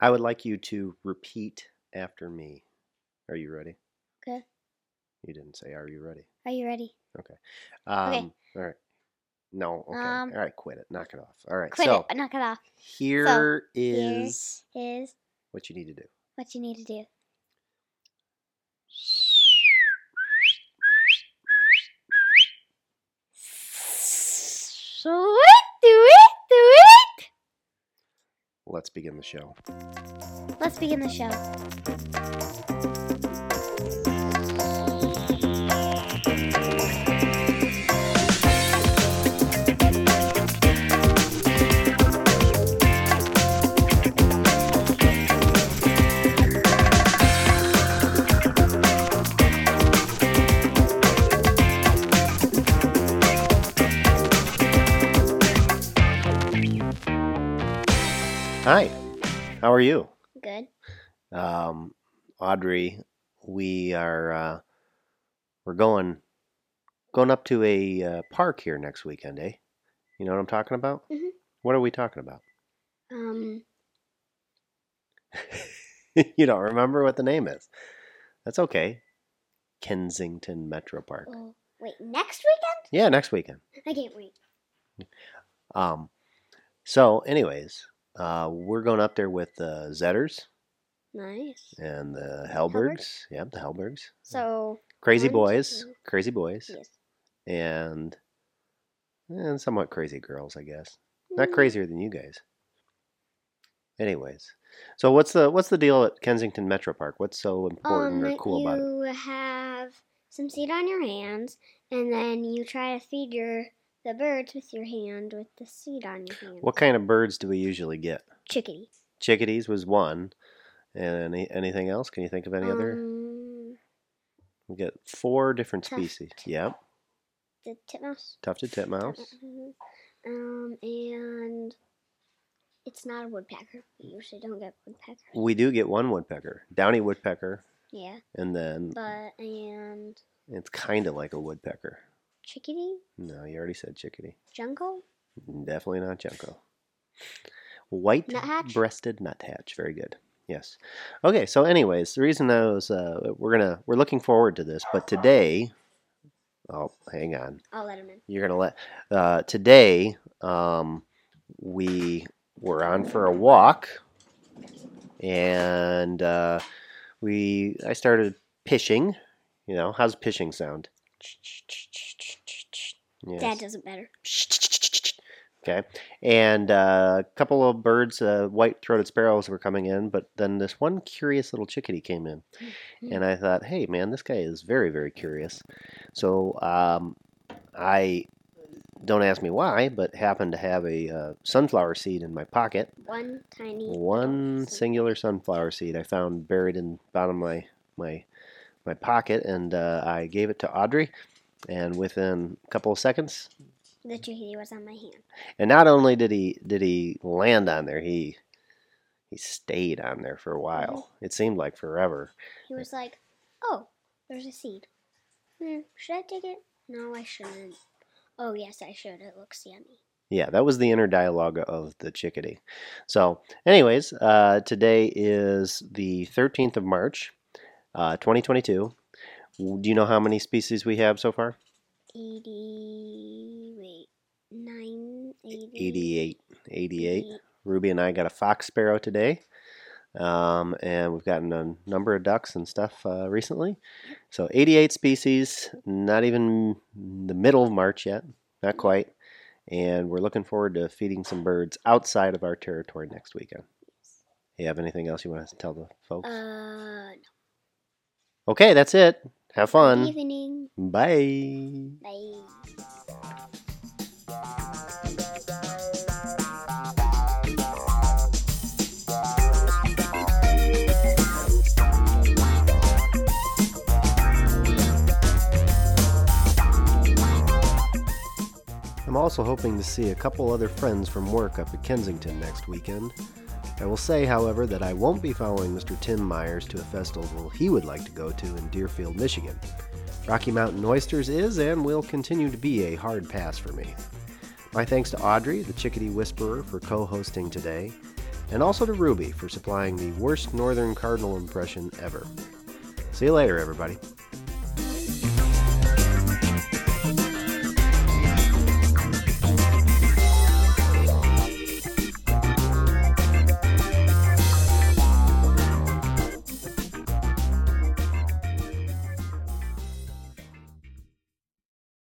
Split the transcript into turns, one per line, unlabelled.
I would like you to repeat after me. Are you ready?
Okay.
You didn't say, Are you ready?
Are you ready?
Um, All right. No, okay.
Um,
all right, quit it. Knock it off. All right.
Quit
so
it. Knock it off.
here is
Is
what you need to do.
what you need to do. So it, do it, do it.
Let's begin the show.
Let's begin the show.
Hi. How are you?
Good.
Um, Audrey, we are uh, we're going going up to a uh, park here next weekend, eh? You know what I'm talking about?
Mhm.
What are we talking about?
Um,
you don't remember what the name is? That's okay. Kensington Metro Park.
oh, wait, next weekend?
Yeah, next weekend.
I can't wait.
Um, so, anyways, uh, we're going up there with the Zetters
Nice.
and the Helbergs. Yeah, the Helbergs.
So,
Crazy
one,
Boys.
two.
Crazy Boys.
yes.
And, and somewhat crazy girls, I guess. Not
Mm-hmm.
crazier than you guys. Anyways, so what's the what's the deal at Kensington Metro Park? What's so important or
Um,
cool
you
about it?
have some seed on your hands, and then you try to feed your the birds with your hand with the seed on your hand.
What kind of birds do we usually get?
Chickadee.
Chickadees was one, and any, anything else? Can you think of any other?
Um,
We get four different
Tuft.
species. Yep,
the titmouse.
tufted titmouse.
Mhm. Um, and it's not a woodpecker. We usually don't get woodpecker.
We do get one woodpecker, downy woodpecker,
Yeah,
and then
but and
it's kind of like a woodpecker.
chickadee,
No, you already said chickadee.
jungle.
Definitely not junco. White
Nuthatch?
breasted nuthatch. Very good. Yes. Okay. So, anyways, the reason I was uh, we're gonna we're looking forward to this, but today, oh, hang on.
I'll let him in.
you're gonna let uh, today um, we were on for a walk and uh, we i started pishing you know how's pishing sound
That
yes.
doesn't matter.
okay and uh, a couple of birds uh, white-throated sparrows were coming in but then this one curious little chickadee came in and i thought hey man this guy is very very curious so um, I don't ask me why, but happened to have a uh, sunflower seed in my pocket.
One tiny. little
One
thing.
singular sunflower seed I found buried in bottom of my my my pocket, and uh, I gave it to Audrey. And within a couple of seconds,
The chickadee was on my hand.
and not only did he did he land on there, he he stayed on there for a while. It seemed like forever.
He was like, "Oh, there's a seed. Hmm, should I take it? No, I shouldn't. Oh, yes, I should. It looks yummy.
Yeah, that was the inner dialogue of the chickadee. So, anyways, uh, today is the 13th of March, uh, 2022. Do you know how many species we have so far?
Eighty. Wait, nine. Eighty.
88. 88. Ruby and I got a fox sparrow today. Um, and we've gotten a number of ducks and stuff uh, recently. So 88 species, not even the middle of March yet, not quite. And we're looking forward to feeding some birds outside of our territory next weekend. You have anything else you want to tell the folks?
Uh,
okay, that's it. Have
no.
fun.
evening.
Bye.
Bye.
I'm also hoping to see a couple other friends from work up at Kensington next weekend. I will say, however, that I won't be following Mr. Tim Myers to a festival he would like to go to in Deerfield, Michigan. Rocky Mountain Oysters is and will continue to be a hard pass for me. My thanks to Audrey, the Chickadee Whisperer, for co hosting today, and also to Ruby for supplying the worst northern cardinal impression ever. See you later, everybody.